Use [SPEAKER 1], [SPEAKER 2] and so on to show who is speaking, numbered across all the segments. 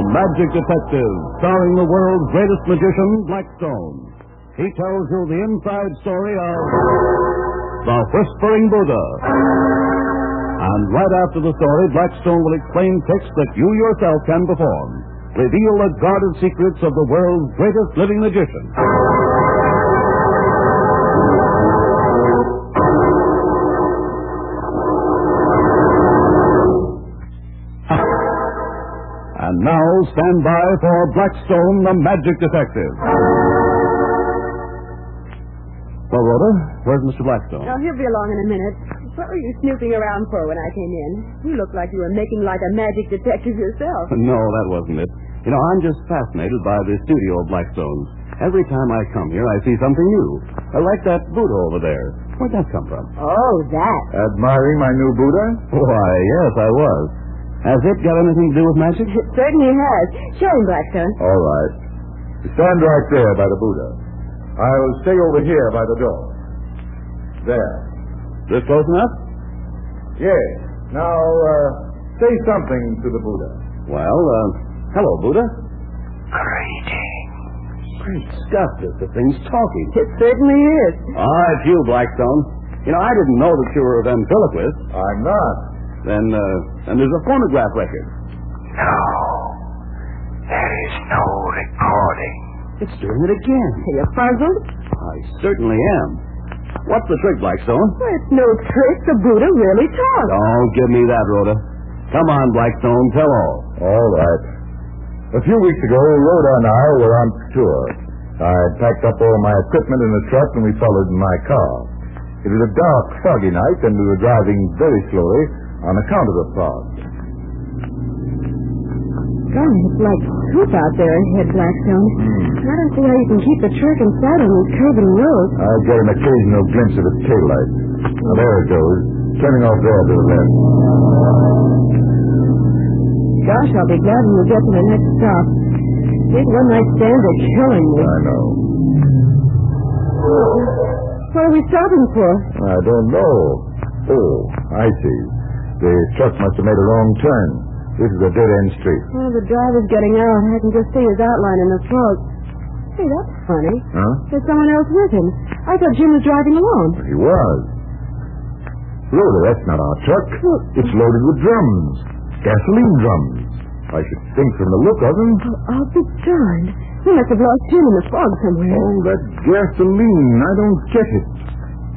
[SPEAKER 1] Magic Detective, starring the world's greatest magician, Blackstone. He tells you the inside story of The Whispering Buddha. And right after the story, Blackstone will explain tricks that you yourself can perform, reveal the guarded secrets of the world's greatest living magician. And now stand by for Blackstone, the Magic Detective. Well, Rhoda, where's Mr. Blackstone?
[SPEAKER 2] Oh, he'll be along in a minute. What were you snooping around for when I came in? You looked like you were making like a magic detective yourself.
[SPEAKER 1] No, that wasn't it. You know, I'm just fascinated by the studio of Blackstone's. Every time I come here, I see something new. I like that Buddha over there. Where'd that come from?
[SPEAKER 2] Oh, that.
[SPEAKER 3] Admiring my new Buddha?
[SPEAKER 1] Why, yes, I was. Has it got anything to do with magic?
[SPEAKER 2] It certainly has. Show him, Blackstone.
[SPEAKER 3] All right. Stand right there by the Buddha. I'll stay over here by the door. There.
[SPEAKER 1] This close enough?
[SPEAKER 3] Yes. Now, uh, say something to the Buddha.
[SPEAKER 1] Well, uh, hello, Buddha.
[SPEAKER 2] Great.
[SPEAKER 1] Great Scott, this the thing's talking.
[SPEAKER 2] It certainly is.
[SPEAKER 1] Ah, it's you, Blackstone. You know, I didn't know that you were a ventriloquist.
[SPEAKER 3] I'm not.
[SPEAKER 1] Then, uh, and there's a phonograph record.
[SPEAKER 4] No, there is no recording.
[SPEAKER 1] It's doing it again.
[SPEAKER 2] Are you puzzled?
[SPEAKER 1] I certainly am. What's the trick, Blackstone?
[SPEAKER 2] Well, it's no trick. The Buddha really talks.
[SPEAKER 1] Don't give me that, Rhoda. Come on, Blackstone, tell all.
[SPEAKER 3] All right. A few weeks ago, Rhoda and I were on tour. I packed up all my equipment in a truck and we followed in my car. It was a dark, foggy night and we were driving very slowly on account of the fog.
[SPEAKER 2] God, it's like soup out there ahead, Blackstone. I don't see how you can keep the truck in sight on these curving roads.
[SPEAKER 3] I got an occasional glimpse of its taillight. Now, there it goes, turning off there to the left.
[SPEAKER 2] Gosh, I'll be glad when we get to the next stop. These one-night stands are killing me.
[SPEAKER 3] I know.
[SPEAKER 2] What are we stopping for?
[SPEAKER 3] I don't know. Oh, I see. The truck must have made a wrong turn. This is a dead-end street.
[SPEAKER 2] Well, the driver's getting out. I can just see his outline in the fog. Hey, that's funny.
[SPEAKER 3] Huh?
[SPEAKER 2] There's someone else with him. I thought Jim was driving alone.
[SPEAKER 3] He was. Rhoda, that's not our truck. It's loaded with drums. Gasoline drums. I should think from the look of them.
[SPEAKER 2] Oh, I'll be darned. He must have lost Jim in the fog somewhere.
[SPEAKER 3] Oh, that gasoline. I don't get it.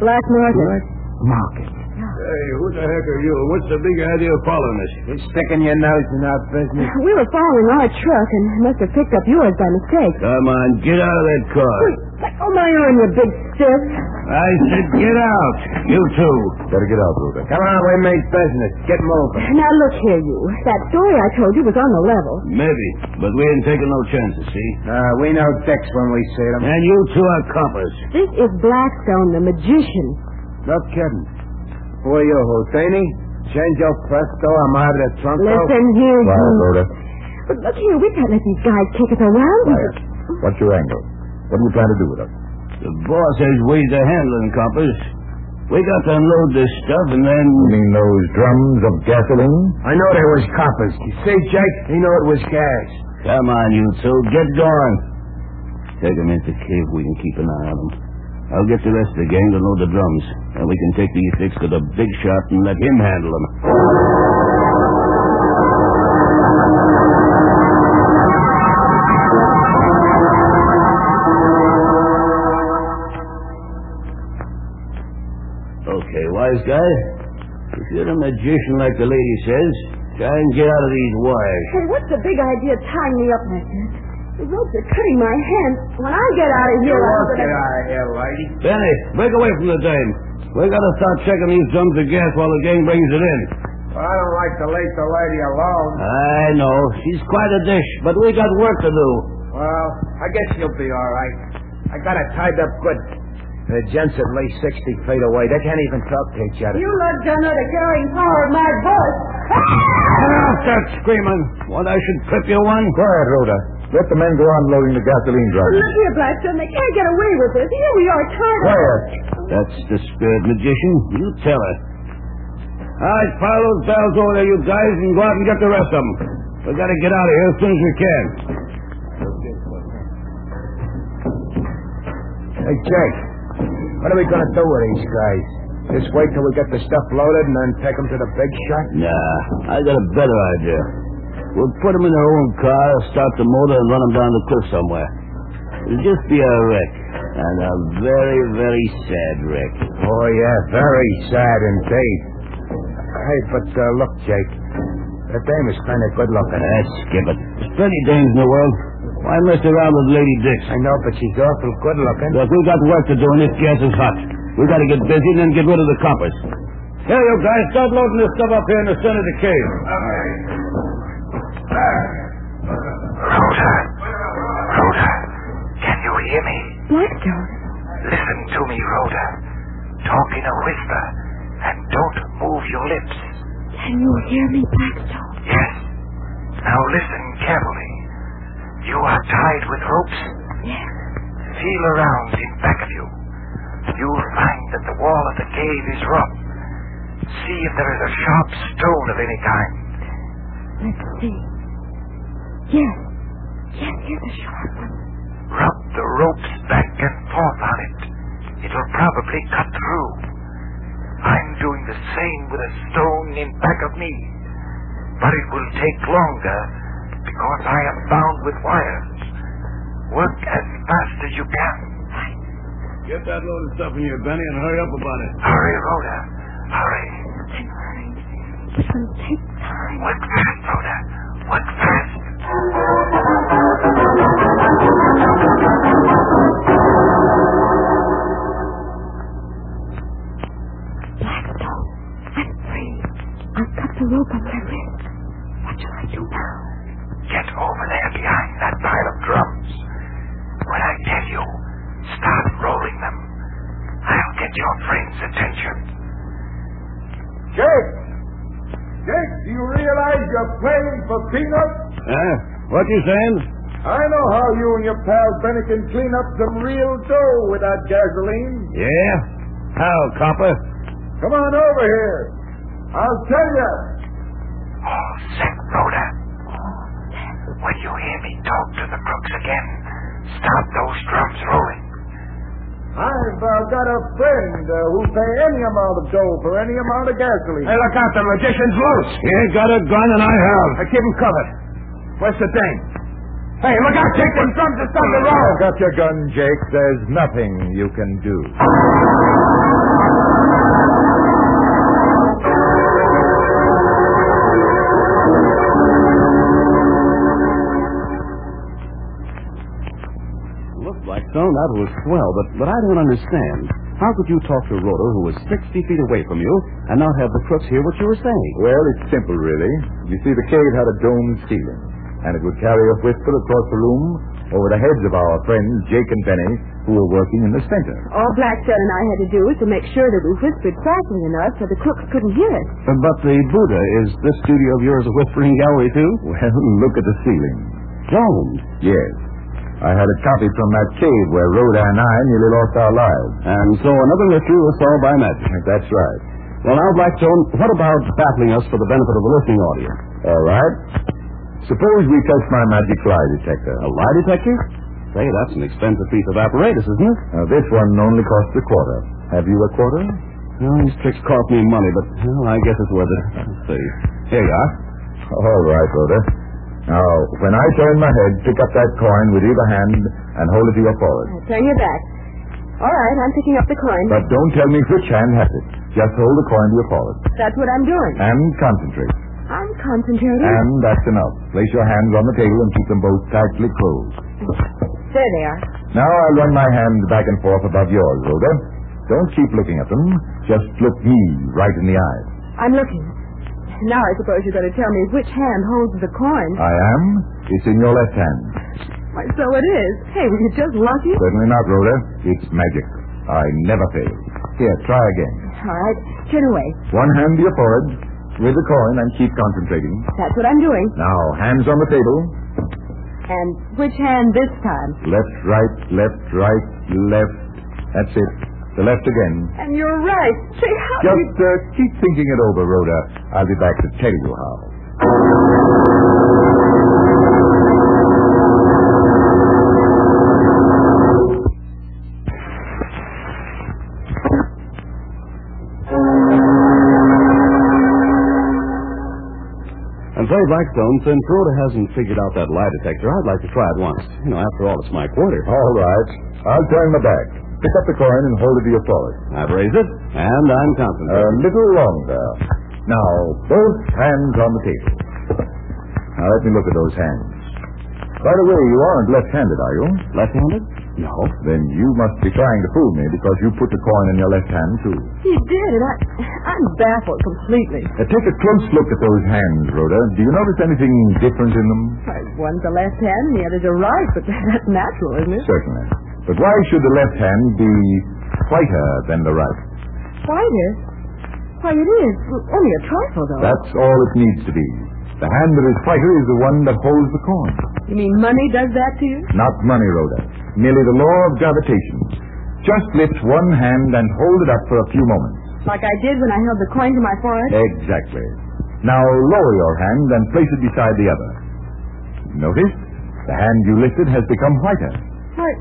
[SPEAKER 2] Black market.
[SPEAKER 3] Market.
[SPEAKER 4] Hey, who the heck are you? What's the big idea of following us? You're sticking your nose in our business.
[SPEAKER 2] We were following our truck and must have picked up yours by mistake.
[SPEAKER 4] Come on, get out of that car.
[SPEAKER 2] Let go my arm, you big stiff.
[SPEAKER 4] I said get out. You too.
[SPEAKER 3] Better get out, Rhoda.
[SPEAKER 4] Come on, we make business. Get moving.
[SPEAKER 2] Now look here, you. That story I told you was on the level.
[SPEAKER 5] Maybe, but we ain't taking no chances, see?
[SPEAKER 4] Uh, we know dicks when we see them.
[SPEAKER 5] And you two are coppers.
[SPEAKER 2] This is Blackstone, the magician.
[SPEAKER 4] No kidding. Who are you, Houdini? Shenjo Presto, I'm out of the trunk.
[SPEAKER 2] Listen here, you.
[SPEAKER 3] Quiet, Rhoda.
[SPEAKER 2] But look here, we can't let these guys kick us around.
[SPEAKER 3] Quiet. What's your angle? What are you trying to do with us?
[SPEAKER 5] The boss says we the handling coppers. We got to unload this stuff and then.
[SPEAKER 3] You mean those drums of gasoline?
[SPEAKER 4] I know they was coppers. You see, Jake? He know it was gas.
[SPEAKER 5] Come on, you two, get going. Take 'em into cave. We can keep an eye on 'em. I'll get the rest of the gang to load the drums, and we can take these six to the big shot and let him handle 'em. Okay, wise guy. If you're a magician like the lady says, try and get out of these wires.
[SPEAKER 2] Hey, what's the big idea of tying me up like this? The ropes are cutting my hands. When I get out of here, I'm
[SPEAKER 4] Get
[SPEAKER 2] gonna...
[SPEAKER 4] out of here, lady.
[SPEAKER 5] Benny, break away from the dame. We gotta start checking these drums of gas while the gang brings it in.
[SPEAKER 4] Well, I don't like to leave the lady alone.
[SPEAKER 5] I know, she's quite a dish, but we got work to do.
[SPEAKER 4] Well, I guess you'll be all right. I got it tied up good. The gent's at least 60 feet away. They can't even talk to each other.
[SPEAKER 2] You lot don't know the carrying power of my voice. Ah!
[SPEAKER 5] Now start screaming. What, I should clip you one?
[SPEAKER 3] Quiet, Rhoda. Let the men go on loading the gasoline drums.
[SPEAKER 2] Look here, Blackstone, they can't get away with this. Here we are, tied up.
[SPEAKER 3] Quiet.
[SPEAKER 5] That's the spirit, magician. You tell her. All right, file those bells over there, you guys, and go out and get the rest of 'em. We gotta get out of here as soon as we can.
[SPEAKER 4] Hey, Jake, what are we going to do with these guys? Just wait till we get the stuff loaded and then take them to the big shot?
[SPEAKER 5] Nah, I got a better idea. We'll put them in their own car, start the motor, and run them down the cliff somewhere. It'll just be a wreck. And a very, very sad wreck.
[SPEAKER 4] Oh, yeah, very sad indeed. Hey, but uh, look, Jake, that dame is kind of good looking.
[SPEAKER 5] Ah, skip it. There's plenty dames in the world. Why mess around with Lady
[SPEAKER 4] I
[SPEAKER 5] Dixon?
[SPEAKER 4] know, but she's awful good looking.
[SPEAKER 5] Look, we got work to do, and this gas is hot. We gotta get busy and then get rid of the coppers. Here, you guys, start loading this stuff up here in the center of the cave.
[SPEAKER 6] Rosa. Rosa. Can you hear me?
[SPEAKER 2] Blackstone.
[SPEAKER 6] Listen to me, Rhoda. Talk in a whisper and don't move your lips.
[SPEAKER 2] Can you hear me, Blackstone?
[SPEAKER 6] Yes. Now listen carefully. You are tied with ropes.
[SPEAKER 2] Yes.
[SPEAKER 6] Feel around in back of you. You'll find that the wall of the cave is rough. See if there is a sharp stone of any kind.
[SPEAKER 2] Let's see. Yes. Yes, here's a sharp one.
[SPEAKER 6] Rub the ropes back and forth on it. It'll probably cut through. I'm doing the same with a stone in back of me. But it will take longer because I am bound with wires. Work as fast as you can.
[SPEAKER 5] Get that load of stuff in here, Benny, and hurry up about it.
[SPEAKER 6] Hurry, Rhoda. Hurry.
[SPEAKER 2] I'm hurrying. But it'll take time.
[SPEAKER 6] Work fast, Rhoda. Work fast.
[SPEAKER 2] Blackstone, I'm free. I've got the rope on my wrist. What shall I do now?
[SPEAKER 6] Get over there behind that pile of drums. When I tell you, start rolling them. I'll get your friend's attention.
[SPEAKER 3] Jake! Jake, do you realize you're playing for peanuts?
[SPEAKER 5] Huh? What you saying?
[SPEAKER 3] I know how you and your pal Benny can clean up some real dough without gasoline.
[SPEAKER 5] Yeah? How, copper?
[SPEAKER 3] Come on over here. I'll tell you.
[SPEAKER 6] All set, Rhoda. When you hear me talk to the crooks again, stop those drums rolling.
[SPEAKER 3] I've uh, got a friend uh, who'll pay any amount of dough for any amount of gasoline.
[SPEAKER 4] Hey, look out, the magician's loose.
[SPEAKER 5] You ain't got a gun, and I have.
[SPEAKER 4] I keep him covered. Where's the dame? Hey, look out, Jake, them drums are starting to roll.
[SPEAKER 3] I've got your gun, Jake. There's nothing you can do.
[SPEAKER 1] Looked like so. That was swell, but, but I don't understand. How could you talk to Rhoda, who was 60 feet away from you, and not have the crooks hear what you were saying?
[SPEAKER 3] Well, it's simple, really. You see, the cave had a domed ceiling, and it would carry a whisper across the room over the heads of our friends, Jake and Benny, who were working in the center.
[SPEAKER 2] All Blackstone and I had to do was to make sure that we whispered softly enough so the crooks couldn't hear us.
[SPEAKER 1] Uh, But the Buddha, is this studio of yours a whispering gallery, too?
[SPEAKER 3] Well, look at the ceiling.
[SPEAKER 1] Domed.
[SPEAKER 3] Yes. I had it copied from that cave where Rhoda and I nearly lost our lives.
[SPEAKER 1] And so another mystery was solved by magic.
[SPEAKER 3] That's right.
[SPEAKER 1] Well, now, Blackstone, what about battling us for the benefit of the listening audience?
[SPEAKER 3] All right. Suppose we test my magic lie detector.
[SPEAKER 1] A lie detector? Say, that's an expensive piece of apparatus, isn't it?
[SPEAKER 3] Now, this one only costs a quarter. Have you a quarter?
[SPEAKER 1] Well, these tricks cost me money, but well, I guess it's worth it. Let's see. Here you are.
[SPEAKER 3] All right, Rhoda. Now, when I turn my head, pick up that coin with either hand and hold it to your forehead.
[SPEAKER 2] I'll turn your back. All right, I'm picking up the coin.
[SPEAKER 3] But don't tell me which hand has it. Just hold the coin to your forehead.
[SPEAKER 2] That's what I'm doing.
[SPEAKER 3] And concentrate.
[SPEAKER 2] I'm concentrating.
[SPEAKER 3] And that's enough. Place your hands on the table and keep them both tightly closed.
[SPEAKER 2] there they are.
[SPEAKER 3] Now I'll run my hand back and forth above yours, Rhoda. Don't keep looking at them. Just look me right in the eyes.
[SPEAKER 2] I'm looking. Now I suppose you're going to tell me which hand holds the coin.
[SPEAKER 3] I am. It's in your left hand.
[SPEAKER 2] Why, so it is. Hey, were you just lucky?
[SPEAKER 3] Certainly not, Rhoda. It's magic. I never fail. Here, try again.
[SPEAKER 2] All right, turn away.
[SPEAKER 3] One hand to your forehead with the coin and keep concentrating.
[SPEAKER 2] That's what I'm doing.
[SPEAKER 3] Now, hands on the table.
[SPEAKER 2] And which hand this time?
[SPEAKER 3] Left, right, left, right, left. That's it. The left again.
[SPEAKER 2] And you're right. Say, how do you...
[SPEAKER 3] Just uh, keep thinking it over, Rhoda. I'll be back to tell you how.
[SPEAKER 1] Blackstone, since Rhoda hasn't figured out that lie detector, I'd like to try it once. You know, after all, it's my quarter.
[SPEAKER 3] All right. I'll turn my back. Pick up the coin and hold it to your forehead.
[SPEAKER 1] I've raised it, and I'm
[SPEAKER 3] A
[SPEAKER 1] concentrating.
[SPEAKER 3] little longer. Now, both hands on the table. Now, let me look at those hands. By the way, you aren't left-handed, are you?
[SPEAKER 1] Left-handed? No.
[SPEAKER 3] Then you must be trying to fool me because you put the coin in your left hand, too.
[SPEAKER 2] He did, and I, I'm baffled completely.
[SPEAKER 3] Now, Uh, take a close look at those hands, Rhoda. Do you notice anything different in them?
[SPEAKER 2] Why, One's a left hand and the other's a right, but that's natural, isn't it?
[SPEAKER 3] Certainly. But why should the left hand be whiter than the right?
[SPEAKER 2] Spider? Why, it is. Only a trifle, though.
[SPEAKER 3] That's all it needs to be. The hand that is whiter is the one that holds the coin.
[SPEAKER 2] You mean money does that to you?
[SPEAKER 3] Not money, Rhoda. Merely the law of gravitation. Just lift one hand and hold it up for a few moments.
[SPEAKER 2] Like I did when I held the coin to my forehead?
[SPEAKER 3] Exactly. Now lower your hand and place it beside the other. Notice? The hand you lifted has become whiter.
[SPEAKER 2] Why,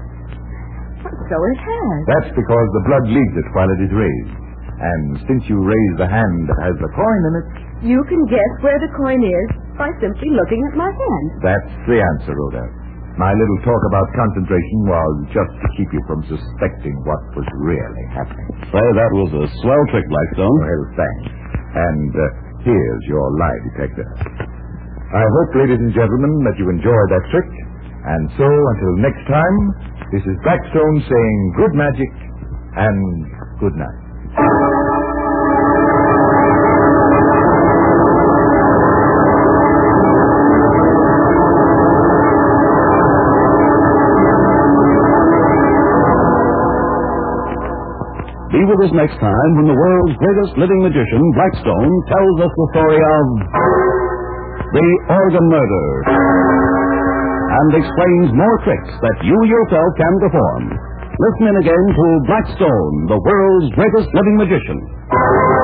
[SPEAKER 2] why, so it has.
[SPEAKER 3] That's because the blood leaves it while it is raised. And since you raise the hand that has the coin in it,
[SPEAKER 2] You can guess where the coin is by simply looking at my hand.
[SPEAKER 3] that's the answer, Rhoda. My little talk about concentration was just to keep you from suspecting what was really happening.
[SPEAKER 1] Say, that was a swell trick, Blackstone.
[SPEAKER 3] Well, thanks. And uh, here's your lie detector. I hope, ladies and gentlemen, that you enjoyed that trick. And so, until next time, this is Blackstone saying good magic and good night.
[SPEAKER 1] Be with us next time when the world's greatest living magician, Blackstone, tells us the story of the organ murder and explains more tricks that you yourself can perform. Listen in again to Blackstone, the world's greatest living magician.